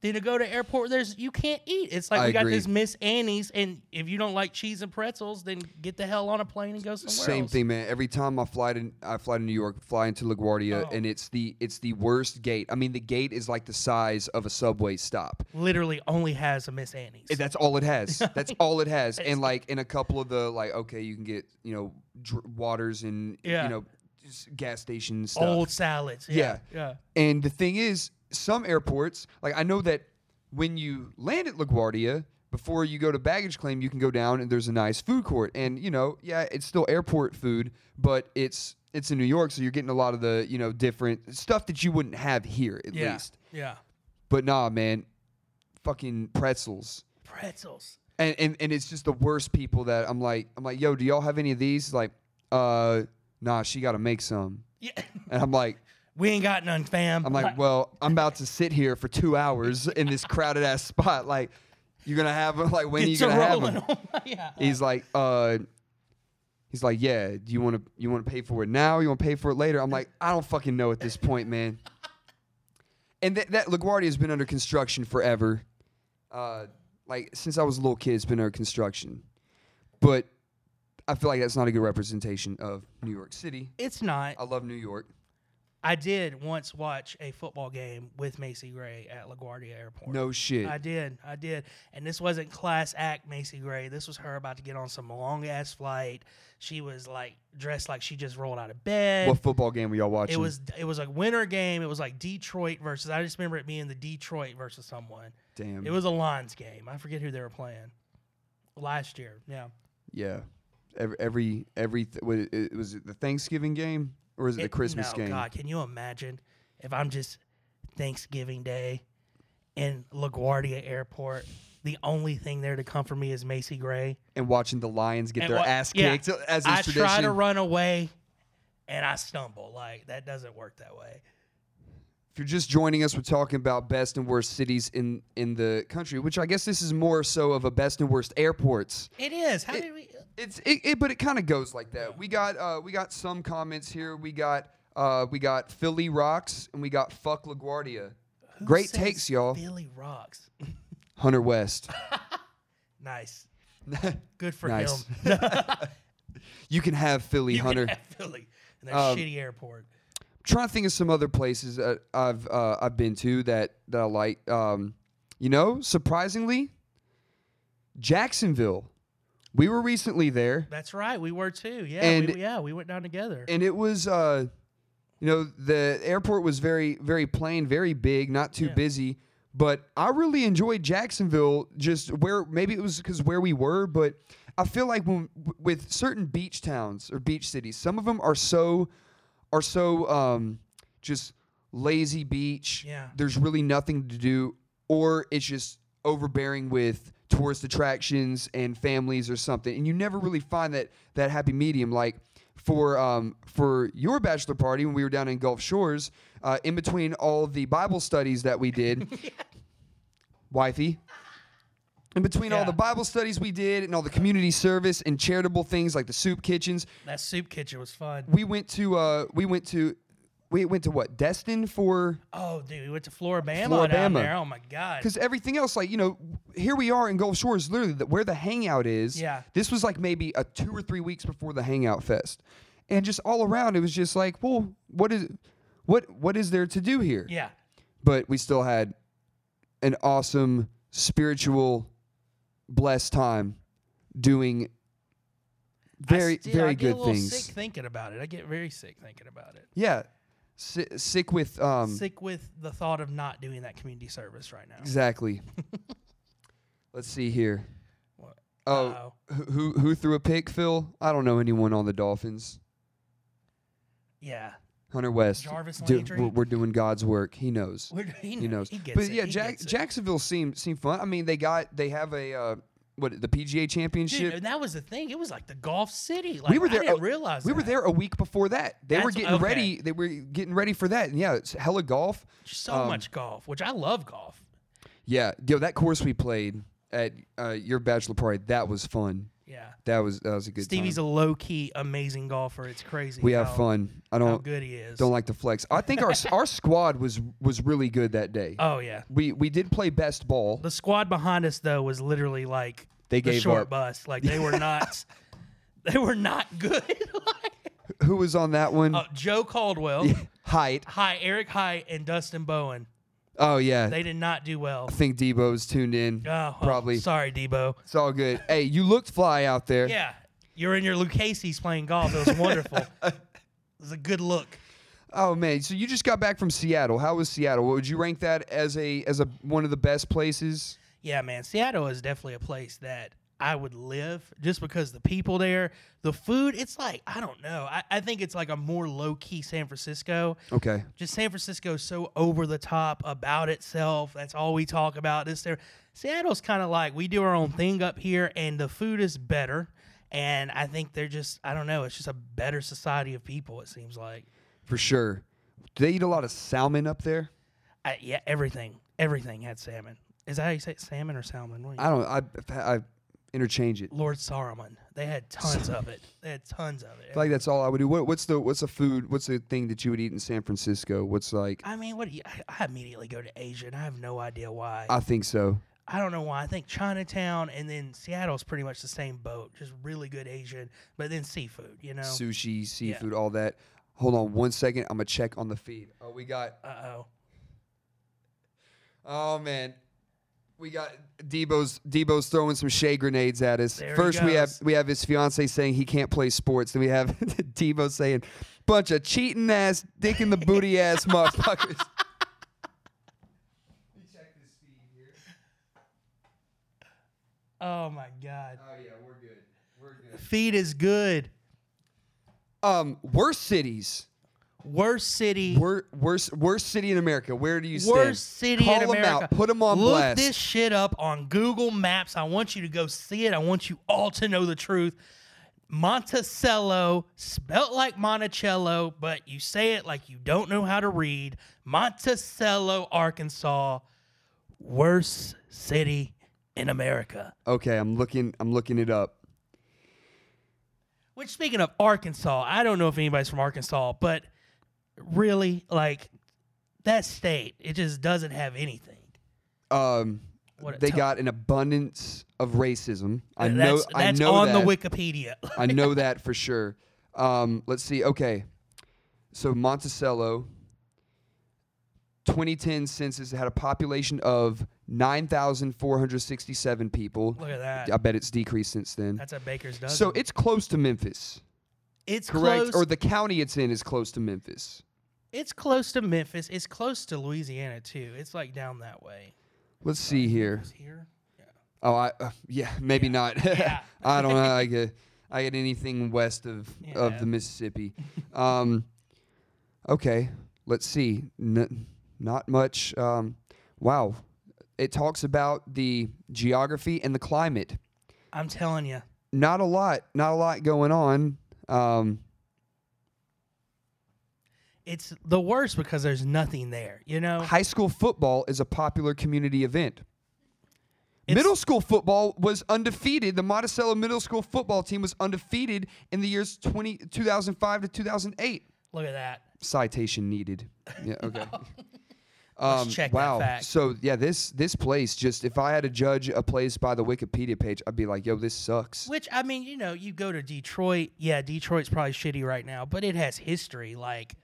than to go to airport. where There's you can't eat. It's like I we got agree. this Miss Annie's, and if you don't like cheese and pretzels, then get the hell on a plane and go somewhere. Same else. thing, man. Every time I fly to I fly to New York, fly into LaGuardia, Oh. and it's the it's the worst gate. I mean, the gate is like the size of a subway stop. Literally, only has a Miss Annie's. And That's all it has. <laughs> That's all it has. And like in a couple of the like, okay, you can get you know dr- waters and Yeah. you know just gas station stuff. Old salads. Yeah, yeah. And the thing is, some airports, like I know that when you land at LaGuardia, before you go to baggage claim, you can go down and there's a nice food court. And you know, yeah, it's still airport food, but it's it's in New York, so you're getting a lot of the you know different stuff that you wouldn't have here at Yeah. least. Yeah. But nah, man, fucking pretzels. Pretzels. And, and and it's just the worst people that I'm like I'm like yo do y'all have any of these like uh nah she got to make some Yeah. <laughs> and I'm like We ain't got none, fam. I'm like, well, I'm about to sit here for two hours in this crowded ass spot. Like, you're gonna have them. Like, when are you It's a gonna have rolling them? on- <laughs> yeah. He's like, uh, he's like, yeah. Do you want to you want to pay for it now? You want to pay for it later? I'm like, I don't fucking know at this point, man. And that that LaGuardia has been under construction forever. Uh, like since I was a little kid, it's been under construction. But I feel like that's not a good representation of New York City. It's not. I love New York. I did once watch a football game with Macy Gray at LaGuardia Airport. No shit. I did. I did. And this wasn't class act Macy Gray. This was her about to get on some long ass flight. She was like dressed like she just rolled out of bed. what football game were y'all watching? it was it was a winter game. It was like Detroit versus I just remember it being the Detroit versus someone. damn. It was a Lions game. I forget who they were playing. Last year. Yeah. Yeah, every every every th- was, it, was it the Thanksgiving game or is it, the It- Christmas no, game? God, can you imagine if I'm just Thanksgiving Day in LaGuardia Airport? The only thing there to comfort me is Macy Gray. And watching the Lions get And their what- ass yeah. kicked as is I tradition. try to run away and I stumble. Like that doesn't work that way. if you're just joining us, we're talking about best and worst cities in in the country, which I guess this is more so of a best and worst airports. It is. How did we? It's it, it but it kind of goes like that. We got uh, we got some comments here. We got uh, we got Philly rocks and we got fuck LaGuardia. who Great says takes, y'all. Philly rocks. <laughs> Hunter West. <laughs> Nice. Good for Nice. him. <laughs> <laughs> you can have Philly, You can Hunter. have Philly in that Um, shitty airport. trying to think of some other places that I've uh, I've been to that that I like. Um, you know, surprisingly, Jacksonville. We were recently there, That's right. We were too. Yeah. And- we, yeah. We went down together. and it was. Uh, you know, the airport was very very plain, very big, not too Yeah. busy. But I really enjoyed Jacksonville, just where maybe it was because where we were, but I feel like when, with certain beach towns or beach cities, some of them are so are so um, just lazy beach. Yeah. There's really nothing to do, or it's just overbearing with tourist attractions and families or something, and you never really find that that happy medium. Like for um, for your bachelor party when we were down in Gulf Shores, uh, in between all the Bible studies that <laughs> we did, wifey. In between all Yeah. the Bible studies we did and all the community service and charitable things like the soup kitchens, that soup kitchen was fun. we went to uh we went to we went to what Destin for Oh, dude, we went to Floribama, down Floribama. there. Oh my god. because everything else like you know here we are in Gulf Shores literally the, where the hangout is Yeah. this was like maybe a two or three weeks before the hangout fest and just all around it was just like well what is what what is there to do here Yeah, but we still had an awesome spiritual blessed time doing very I still- I very get a good little things Sick thinking about it, I get very sick thinking about it. yeah Si- sick with um sick with the thought of not doing that community service right now. <laughs> Exactly. Let's see here. What? Oh, Uh-oh. who who who threw a pick, Phil? I don't know anyone on the Dolphins. yeah. <laughs> Hunter West. Jarvis Do- Landry? we're, we're doing God's work. He knows. We're- He, He knows. He gets but it. yeah, he Jack, gets it. Jacksonville seemed seemed fun. I mean, they got they have a uh, what the PGA Dude, Championship. and that was the thing. It was like the Golf City. Like, we were there. I didn't a- realize we were that. there a week before that. They were That's- getting okay. ready. They were getting ready for that. And yeah, it's hella golf. So um, much golf, which I love golf. Yeah, yo, that course we played. at uh, your bachelor party. That was fun. Yeah. That was that was a good Stevie's time. a low key amazing golfer. It's crazy. we have how- fun. I How don't good he is. don't like to flex. I <laughs> think our our squad was was really good that day. oh yeah. we we did play best ball. The squad behind us though was literally like They the gave short up. bus. Like they <laughs> were not. <laughs> they were not good. like, Who was on that one? oh, Joe Caldwell, <laughs> Height. hi Eric Height, and Dustin Bowen. Oh yeah. They did not do well. I think Debo's tuned in. Oh, oh, Probably. sorry, Debo. It's all good. Hey, you looked fly out there. Yeah, you're in your Lucchese's playing golf. It was wonderful. <laughs> it was a good look. Oh man, so you just got back from Seattle. How was Seattle? Would you rank that as a as a one of the best places? Yeah, man, Seattle is definitely a place that I would live just because the people there, the food. It's like I don't know. I, I think it's like a more low key San Francisco. Okay. Just San Francisco is so over the top about itself. That's all we talk about. This there. Seattle's kind of like we do our own thing up here, and the food is better. And I think they're just I don't know. It's just a better society of people. It seems like. For sure. Do they eat a lot of salmon up there? I, yeah, everything, everything had salmon. Is that how you say it? salmon or salmon? What do you- I don't I I interchange it. I Lord Saruman. They had tons of it. They had tons of it. feel <laughs> like that's all I would do. What, what's the what's the food? What's the thing that you would eat in San Francisco? What's like I mean, what do you? I, I immediately go to Asia, and I have no idea why. I think so. I don't know why. I think Chinatown and then Seattle's pretty much the same boat. Just really good Asian, but then seafood. You know. Sushi, seafood, all that. Hold on one second. I'm gonna check on the feed. Oh, we got uh oh. Oh man, we got Debo's Debo's throwing some shea grenades at us. There he First we have goes. we have his fiance saying he can't play sports. Then we have <laughs> Debo saying, "Bunch of cheating ass, dick in the booty <laughs> ass motherfuckers." Oh my God. Oh yeah, we're good. We're good. Feed is good. Um, worst cities. Worst city. Wor- worst worst city in America. Where do you stand? worst city Call in America. them out. Put them on Look blast. this shit up on Google Maps. I want you to go see it. I want you all to know the truth. Monticello, spelt like Monticello, but you say it like you don't know how to read. Monticello, Arkansas, worst city in America. okay, I'm looking. I'm looking it up. Which, speaking of Arkansas, I don't know if anybody's from Arkansas, but really, like that state, it just doesn't have anything. Um, What a they tou- got an abundance of racism. I that's, know. that's I know on that. the Wikipedia. <laughs> I know that for sure. Um, let's see. Okay. So Monticello, 2010 census had a population of 9,467 people. Look at that. I bet it's decreased since then. That's a baker's dozen. So it's close to Memphis, it's correct? close. Or the county it's in is close to Memphis. it's close to Memphis. It's close to Louisiana too. It's like down that way. Let's see here. It's here. Oh, I uh, yeah, maybe not. <laughs> Yeah. I don't know. I get I get anything west of of Yeah. the Mississippi. Um, okay, let's see. N- not much. Um, wow, it talks about the geography and the climate. I'm telling you. Not a lot. Not a lot going on. Um, It's the worst because there's nothing there, you know? high school football is a popular community event. It's- middle school football was undefeated. The Monticello Middle School football team was undefeated in the years 20, 2005 to 2008. Look at that. Citation needed. <laughs> Yeah, okay. Um, Let's check that wow. fact. So yeah, this this place just if I had to judge a place by the Wikipedia page, I'd be like, yo, this sucks. Which I mean, you know, you go to Detroit. Yeah, Detroit's probably shitty right now, but it has history. Like,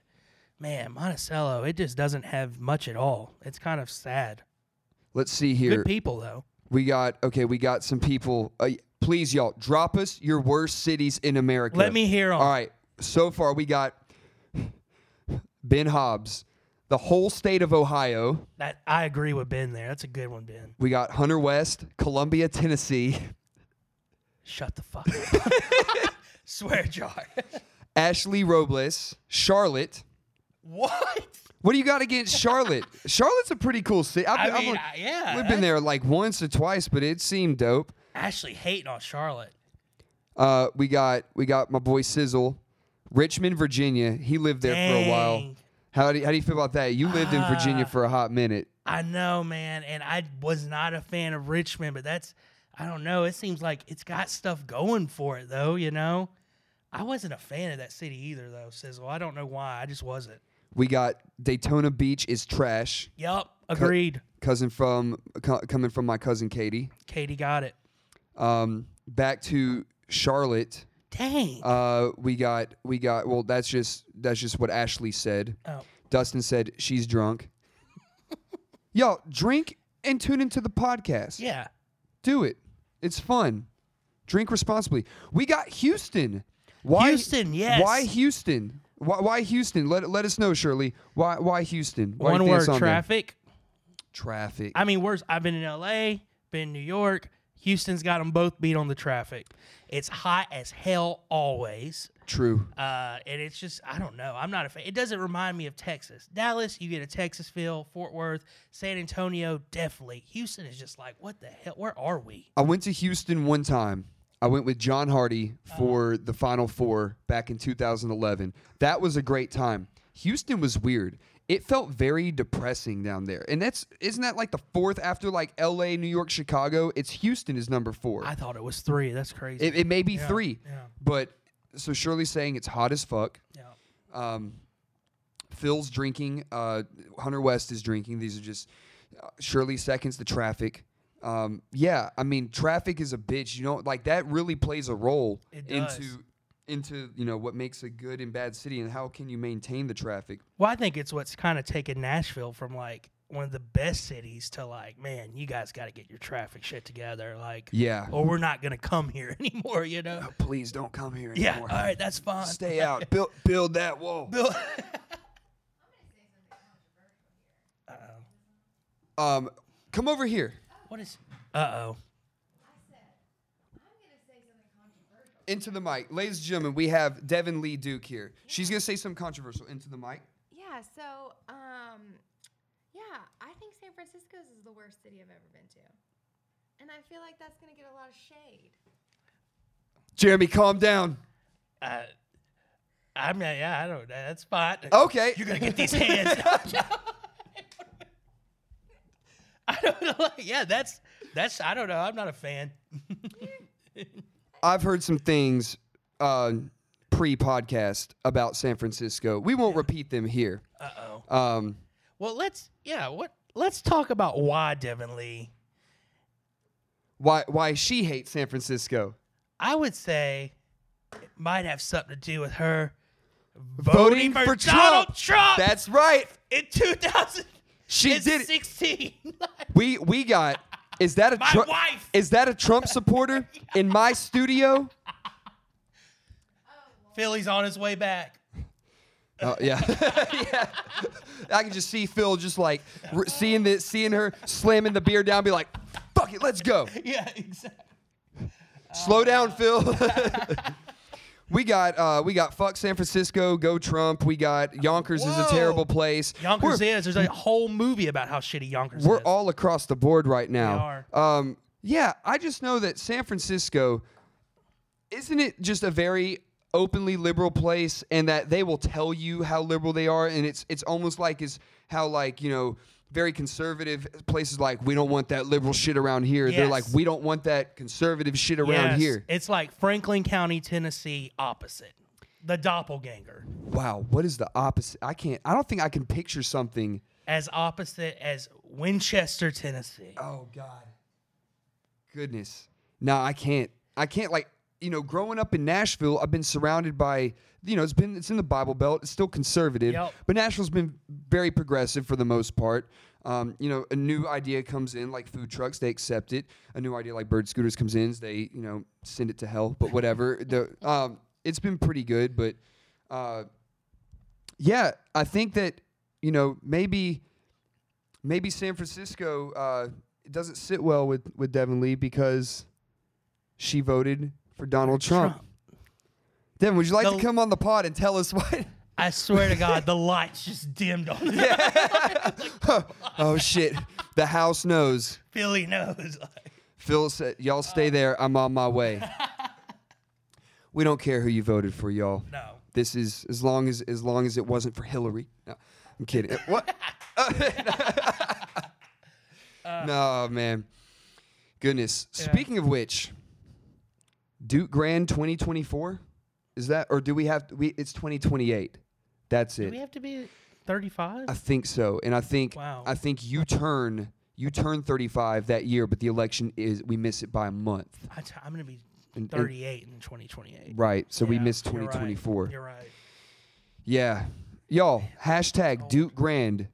man, Monticello, it just doesn't have much at all. It's kind of sad. Let's see here. Good people though. we got okay, we got some people. Uh, please, y'all, drop us your worst cities in America. Let me hear 'em. All right. So far, we got Ben Hobbs, the whole state of Ohio. That I agree with Ben there. That's a good one, Ben. We got Hunter West, Columbia, Tennessee, Shut the fuck up. <laughs> Swear jar. Ashley Robles, Charlotte. what? What do you got against <laughs> Charlotte? Charlotte's a pretty cool city. I've, I been- I've mean, only- I- yeah. we've been there like once or twice, but it seemed dope. Ashley hating on Charlotte. Uh, we got we got my boy Sizzle, Richmond, Virginia. He lived there for a while. Dang. Uh. How do, you- how do you feel about that? You lived in Virginia for a hot minute. I know, man, and I was not a fan of Richmond, but that's I don't know. It seems like it's got stuff going for it though, you know. I wasn't a fan of that city either though, Sizzle. I don't know why. I just wasn't. We got Daytona Beach is trash. Yup, agreed. Cousin from co- coming from my cousin Katie. Katie got it. Um, back to Charlotte. Dang. Uh, we got we got well. That's just that's just what Ashley said. oh. Dustin said she's drunk. <laughs> Y'all drink and tune into the podcast. Yeah. Do it. It's fun. Drink responsibly. We got Houston. Why Houston, yes. Why Houston? Why, why Houston? Let let us know, Shirley. Why why Houston? Why do One you think word it's on there? traffic. Traffic. I mean, worse. I've been in LA, been in New York. Houston's got them both beat on the traffic. It's hot as hell always. True. Uh, and it's just, I don't know. I'm not a fan. It doesn't remind me of Texas. Dallas, you get a Texas feel. Fort Worth, San Antonio, definitely. Houston is just like, what the hell? Where are we? I went to Houston one time. I went with John Hardy for the Final Four back in 2011. That was a great time. Houston was weird. It felt very depressing down there, and that's isn't that like the fourth after like L.A., New York, Chicago? It's Houston is number four. I thought it was three. That's crazy. It, it may be three, yeah. but so Shirley's saying it's hot as fuck. yeah. Um, Phil's drinking. Uh, Hunter West is drinking. These are just uh, Shirley seconds the traffic. Um, yeah, I mean traffic is a bitch. You know, like that really plays a role It does. into into you know what makes a good and bad city and how can you maintain the traffic. Well, I think it's what's kind of taken Nashville from like one of the best cities to like, man, you guys got to get your traffic shit together. Like, Yeah. or we're not going to come here <laughs> anymore, you know? Please don't come here Yeah. anymore. All right, that's fine. <laughs> Stay out. Build build that wall. Bill- Um, come over here. what is? Uh oh. Into the mic. Ladies and gentlemen, we have Devin Lee Duke here. She's going to say something controversial. Into the mic. Yeah, so um yeah, I think San Francisco's is the worst city I've ever been to. And I feel like that's going to get a lot of shade. Jeremy, calm down. Uh, I mean, yeah, I don't. That's fine. Okay. You're gonna get <laughs> these hands. <laughs> I don't know. Yeah, that's that's. I don't know. I'm not a fan. I've heard some things uh, pre podcast about San Francisco. We won't repeat them here. Uh oh. Um, Well, let's. Yeah. What? Let's talk about why Devin Lee. why, why she hates San Francisco. I would say it might have something to do with her Voting for Donald Trump. Trump That's right. in 2000. She It's did <laughs> it. 16. We, we got. Is that a My Trump- wife. Is that <laughs> a Trump supporter in my studio? Philly's on his way back. Oh yeah. <laughs> yeah. I can just see Phil just like r- seeing the seeing her slamming the beer down, be like, "Fuck it, let's go." <laughs> Yeah, exactly. Slow down, Phil. <laughs> we got uh, we got fuck San Francisco, go Trump. We got Yonkers is a Whoa. terrible place. Yonkers we're, is. There's a whole movie about how shitty Yonkers we're is. all across the board right now. We Um, yeah, I just know that San Francisco, isn't it just a very openly liberal place, and that they will tell you how liberal they are, and it's it's almost like is how like you know. Very conservative places like we don't want that liberal shit around here. They're Yes. like we don't want that conservative shit Yes. around here. It's like Franklin County, Tennessee, opposite. The doppelganger. Wow, what is the opposite? I can't. I don't think I can picture something. As opposite as Winchester, Tennessee. Oh God. Goodness. No, I can't. I can't. Like you know, growing up in Nashville, I've been surrounded by you know, it's been it's in the Bible Belt. It's still conservative, Yep. but Nashville's been very progressive for the most part. Um, you know, a new idea comes in, like food trucks, they accept it. A new idea, like bird scooters, comes in, they you know send it to hell. But whatever. the um, it's been pretty good, but. Uh, yeah, I think that you know maybe maybe San Francisco uh, it doesn't sit well with with Devin Lee because she voted for Donald Trump. Trump. Devin, would you like The- to come on the pod and tell us why? I swear to God, <laughs> the lights just dimmed on this. oh shit, the house knows. Philly knows. <laughs> Like, Phil said, "Y'all stay there. I'm on my way." we don't care who you voted for, y'all. no. This is as long <laughs> as as long as it wasn't for Hillary. No, I'm kidding. Uh, what? no, man. Goodness. Yeah. Speaking of which, Duke Grand 2024 is that, or do we have? We it's 2028. That's Do it. we have to be 35? I think so, and I think Wow. I think you turn you turn 35 that year, but the election is we miss it by a month. I t- I'm going to be And- and- 38 in 2028. Right, so we Yeah, miss you're right. 2024. You're right. Yeah, y'all. Hashtag Duke Grand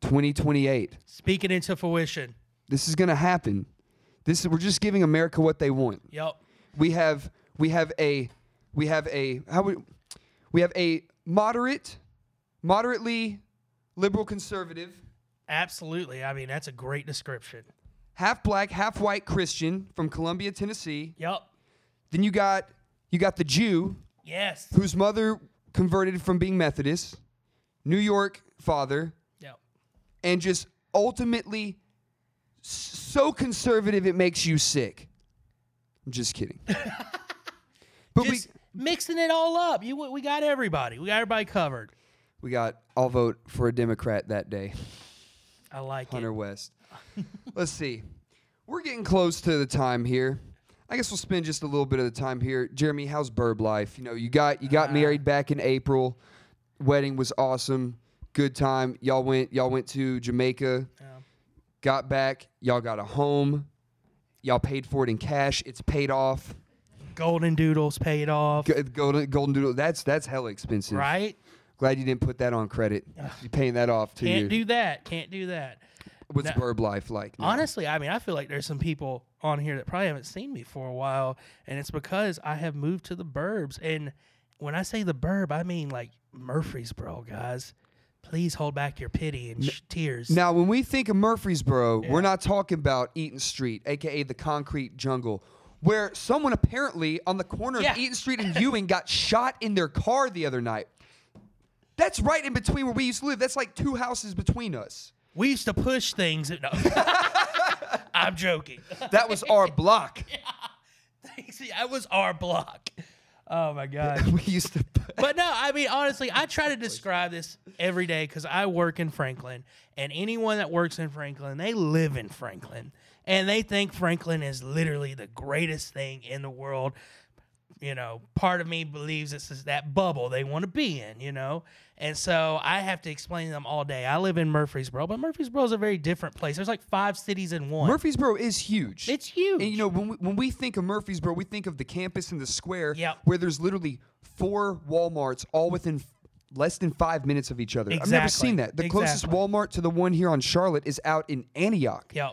2028. Speaking into fruition. This is gonna happen. This we're just giving America what they want. Yep. we have we have a we have a how we we have a moderate moderately liberal conservative Absolutely. I mean, that's a great description. half black half white christian from columbia tennessee Yep. then you got you got the jew Yes. whose mother converted from being methodist new york father Yep. and just ultimately s- so conservative it makes you sick i'm just kidding but Just we mixing it all up. You, we got everybody. We got everybody covered. we got i'll vote for a democrat that day I like Hunter West. <laughs> Let's see. We're getting close to the time here. I guess we'll spend just a little bit of the time here. Jeremy, how's Burb life? You know, you got you Uh, got married back in April. Wedding was awesome. Good time. Y'all went y'all went to Jamaica. it. Yeah. Got back. Y'all got a home. Y'all paid for it in cash. It's paid off. Golden Doodles paid off. Go- Golden Golden Doodle. That's that's hella expensive. Right? Glad you didn't put that on credit. You're paying that off too. Can't do that. Can't do that. What's no. Burb life like? now? Honestly, I mean, I feel like there's some people on here that probably haven't seen me for a while, and it's because I have moved to the burbs. And when I say the burb, I mean like Murfreesboro, guys. Please hold back your pity and sh- tears. Now, when we think of Murfreesboro, we're not talking about Eaton Street, aka the concrete jungle, where someone apparently on the corner Yeah. of Eaton Street and Ewing got shot in their car the other night. That's right in between where we used to live. That's like two houses between us. We used to push things. At, no, <laughs> I'm joking. <laughs> That was our block. <laughs> See, that was our block. Oh my god. We used to. but no, I mean honestly, I try to describe this every day because I work in Franklin, and anyone that works in Franklin, they live in Franklin, and they think Franklin is literally the greatest thing in the world. You know, part of me believes this is that bubble they want to be in. You know, and so I have to explain to them all day. I live in Murfreesboro, but Murfreesboro is a very different place. There's like five cities in one. Murfreesboro is huge. it's huge. And you know, when we, when we think of Murfreesboro, we think of the campus and the square Yep. where there's literally four Walmarts all within f- less than five minutes of each other. I've never Exactly. seen that. The closest Exactly. Walmart to the one here on Charlotte is out in Antioch. Yep.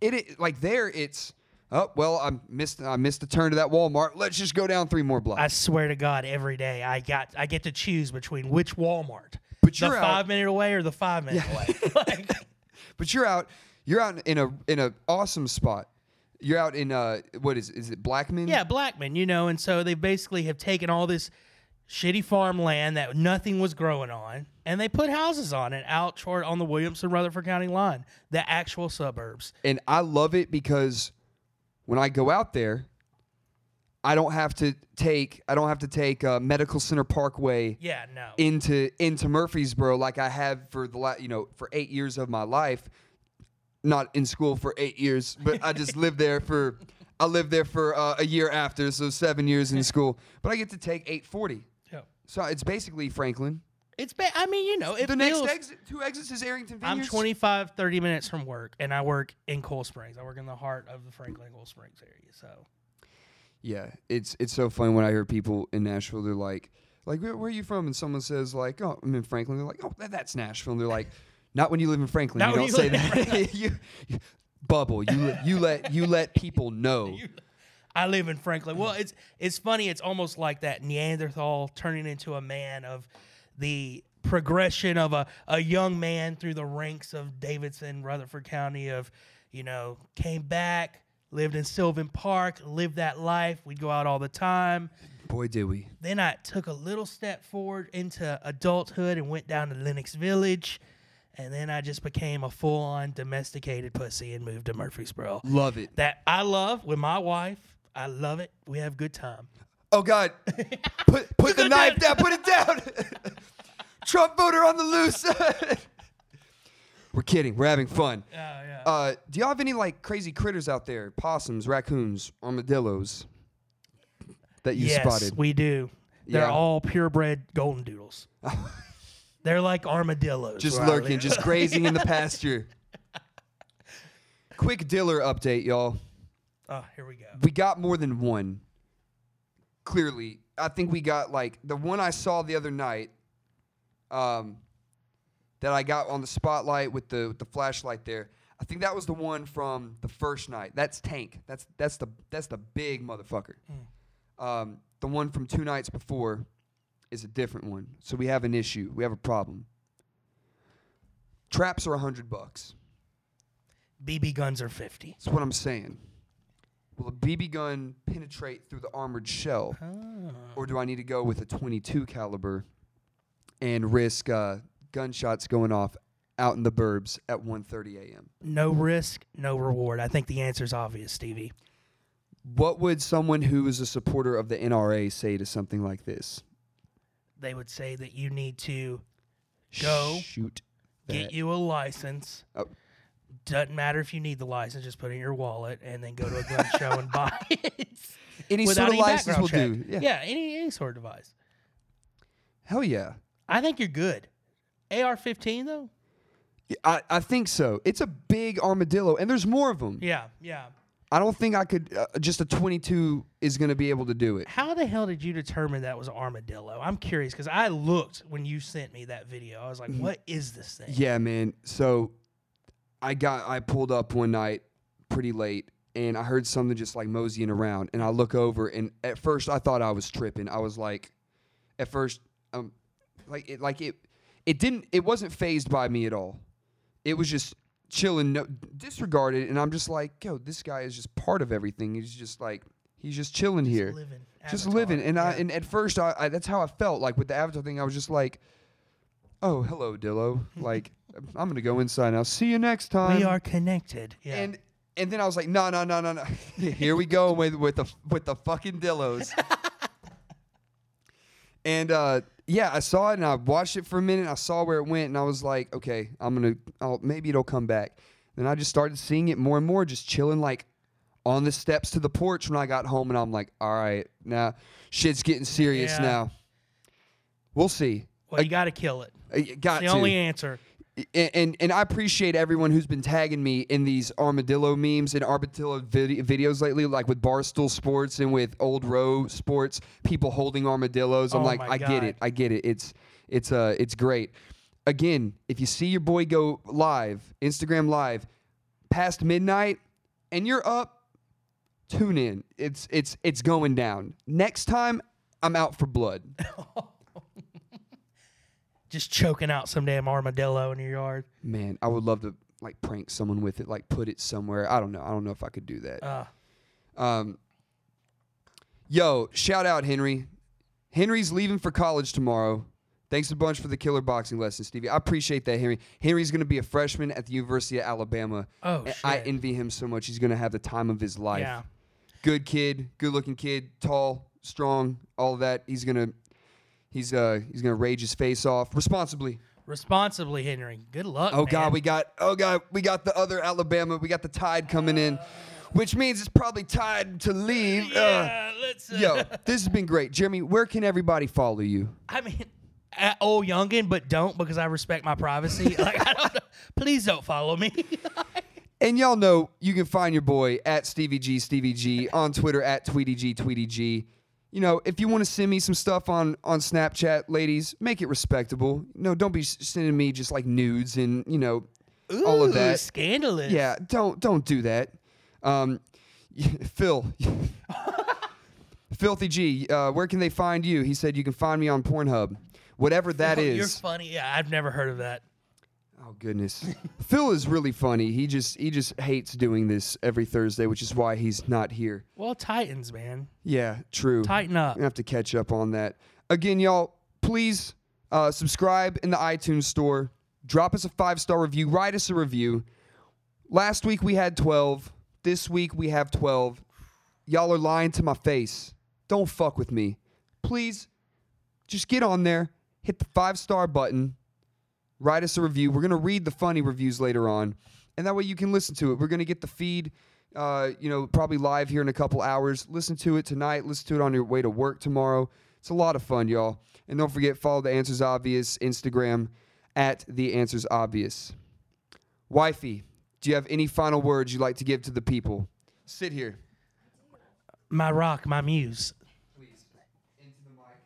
It, i- like there, it's oh well, I missed I missed the turn to that Walmart. Let's just go down three more blocks. I swear to God, every day I got I get to choose between which Walmart, But the you're out- five minute away or the five minute away. <laughs> Like, but you're out, you're out in a in a awesome spot. You're out in uh, what is is it Blackman? yeah, Blackman, you know, and so they basically have taken all this shitty farmland that nothing was growing on, and they put houses on it out toward on the Williamson Rutherford County line, the actual suburbs. And I love it because when I go out there, I don't have to take I don't have to take uh, Medical Center Parkway Yeah, no, into into Murfreesboro like I have for the la- you know for eight years of my life. Not in school for eight years, but I just lived there for I lived there for uh, a year after, so seven years in school. But I get to take eight forty, Yeah. so it's basically Franklin. it's ba- I mean, you know, it The feels, next exit, two exits is Arrington I'm Vineyards. 25, 30 minutes from work, and I work in Cool Springs. I work in the heart of the Franklin Cool Springs area, so. Yeah, it's it's so funny when I hear people in Nashville. They're like, like, where, where are you from? And someone says like, oh, I'm in Franklin. They're like, oh, that, that's Nashville. And they're like, not when you live in Franklin. Not you when don't you say live in that. <laughs> you, you- bubble. You let- you let you <laughs> let people know. I live in Franklin. Well, it's it's funny. It's almost like that Neanderthal turning into a man of the progression of a, a young man through the ranks of Davidson, Rutherford County of, you know, came back, lived in Sylvan Park, lived that life. We'd go out all the time. Boy, did we. Then I took a little step forward into adulthood and went down to Lenox Village. And then I just became a full on domesticated pussy and moved to Murfreesboro Love it. that I love with my wife. I love it. We have good time. Oh God, <laughs> put put the it knife down. Put it down. <laughs> Trump voter on the loose. <laughs> We're kidding. We're having fun. Yeah, yeah. Yeah. Uh, do y'all have any like crazy critters out there? Possums, raccoons, armadillos that you yes, spotted? we do. They're Yeah. all purebred golden <laughs> doodles. They're like armadillos. just Riley. lurking, just grazing in the pasture. Quick Diller update, y'all. <laughs> oh, here we go. We got more than one. Clearly, I think we got like the one I saw the other night. Um, that I got on the spotlight with the with the flashlight there. I think that was the one from the first night. That's Tank. That's that's the that's the big motherfucker. Um, the one from two nights before is a different one. So we have an issue. We have a problem. Traps are hundred bucks. BB guns are fifty. That's what I'm saying. Will a BB gun penetrate through the armored shell, or do I need to go with a 22 caliber and risk uh, gunshots going off out in the burbs at 1:30 a.m.? No risk, no reward. I think the answer's obvious, Stevie. What would someone who is a supporter of the NRA say to something like this? They would say that you need to Go shoot. get that. you a license. Oh. Doesn't matter if you need the license, just put it in your wallet and then go to a gun show and buy it. Any Without sort of any license background will check. do. Yeah. any, any sort of device. Hell yeah. I think you're good. AR 15, though? I, I think so. It's a big armadillo, and there's more of them. Yeah, yeah. I don't think I could. Uh, just a 22 is going to be able to do it. How the hell did you determine that was an armadillo? I'm curious because I looked when you sent me that video. I was like, what is this thing? Mm-hmm. Yeah, man. So I got I pulled up one night pretty late and I heard something just like moseying around and I look over and at first I thought I was tripping. I was like at first um like it like it it didn't it wasn't phased by me at all. It was just chilling no disregarded and I'm just like, yo, this guy is just part of everything. He's just like he's just chilling here Living. just avatar. living. And I Yeah. and at first I, I that's how I felt like with the avatar thing. I was just like, oh <laughs> hello Dillo, like I'm gonna go inside. I'll see you next time. we are connected. Yeah. um, And and then I was like, no no no no no. <laughs> Here we go with with the with the fucking Dillos. <laughs> and uh, yeah, I saw it and I watched it for a minute. I saw where it went and I was like, okay, I'm gonna I'll, maybe it'll come back. Then I just started seeing it more and more, just chilling like on the steps to the porch when I got home, and I'm like, all right, now shit's getting serious Yeah. now. We'll see. well, you got to kill it. I got The to. only answer. <laughs> and, and and I appreciate everyone who's been tagging me in these armadillo memes and armadillo vid- videos lately, like with Barstool Sports and with Old Row Sports. People holding armadillos. I'm Oh like, my I get God. it, I get it. It's it's uh it's great. Again, if you see your boy go live, Instagram live, past midnight, and you're up, tune in. It's it's it's going down. Next time, I'm out for blood. Just choking out some damn armadillo in your yard. Man, I would love to like prank someone with it, like put it somewhere. I don't know. I don't know if I could do that. Uh, Um, yo, shout out Henry. Henry's leaving for college tomorrow. Thanks a bunch for the killer boxing lesson, Stevie. I appreciate that, Henry. Henry's going to be a freshman at the University of Alabama. Oh, And I shit. envy him so much. He's going to have the time of his life. yeah. Good kid, good looking kid, tall, strong, all that. He's going to he's uh he's going to rage his face off responsibly. Responsibly, Henry. Good luck. Oh God, man. we got oh God, we got the other Alabama. We got the Tide coming in, which means it's probably Tide to leave. Uh, Yeah, let's. Uh, yo, this has been great, Jeremy. Where can everybody follow you? I mean, at old youngin, but don't because I respect my privacy. <laughs> like, I don't know. Please don't follow me. And y'all know you can find your boy at Stevie G Stevie G on Twitter at Tweety G Tweety G. You know, if you want to send me some stuff on on Snapchat, ladies, make it respectable. No, don't be s- sending me just like nudes and you know <laughs> all Ooh, of that. scandalous. Yeah, don't don't do that. Um, <laughs> Phil, Filthy G, uh, where can they find you? He said you can find me on Pornhub, whatever that Oh, You're is. funny. Yeah, I've never heard of that. oh goodness, Phil is really funny. He just he just hates doing this every Thursday, which is why he's not here. Well, Titans, man. Yeah, true. Tighten up. I have to catch up on that. Again, y'all, please uh, subscribe in the iTunes store. Drop us a five star review. Write us a review. Last week we had 12. This week we have 12. Y'all are lying to my face. Don't fuck with me. Please just get on there, hit the five star button, write us a review. We're going to read the funny reviews later on. and that way you can listen to it. We're gonna get the feed, uh, you know, probably live here in a couple hours. Listen to it tonight. Listen to it on your way to work tomorrow. It's a lot of fun, y'all. And don't forget follow the Answers Obvious Instagram at the Answers Obvious. Wifey, do you have any final words you'd like to give to the people? Sit here. My rock, my muse. Please. Into the mic.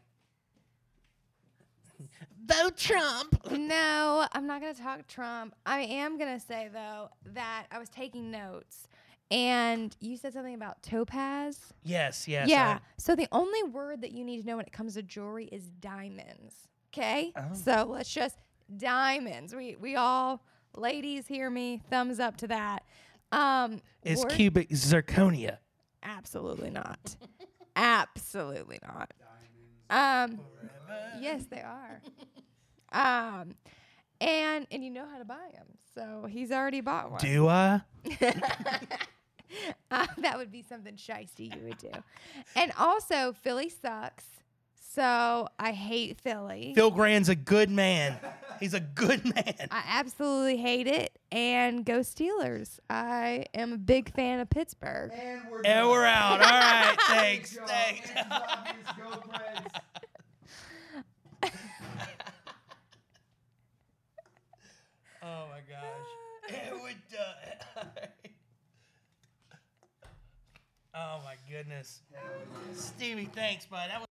Vote Trump. No, I'm not going to talk Trump. I am going to say, though, that I was taking notes and you said something about topaz. Yes, yes. yeah. I- So the only word that you need to know when it comes to jewelry is diamonds. Okay? Oh. So let's just diamonds. We we all ladies hear me. Thumbs up to that. Um it's wor- cubic zirconia. Absolutely not. Absolutely not. Um Yes, they are. um and and you know how to buy them. So he's already bought one. Do I? <laughs> Uh, that would be something shisty you would do. And also, Philly sucks. So I hate Philly. Phil Grand's a good man. He's a good man. I absolutely hate it. And go Steelers. I am a big fan of Pittsburgh. And we're And we're out. All right. Thanks. Good job. Thanks. Answers Obvious, go Preds. Oh my gosh. <laughs> It would <laughs> die. oh my goodness. Stevie, thanks, bud. That was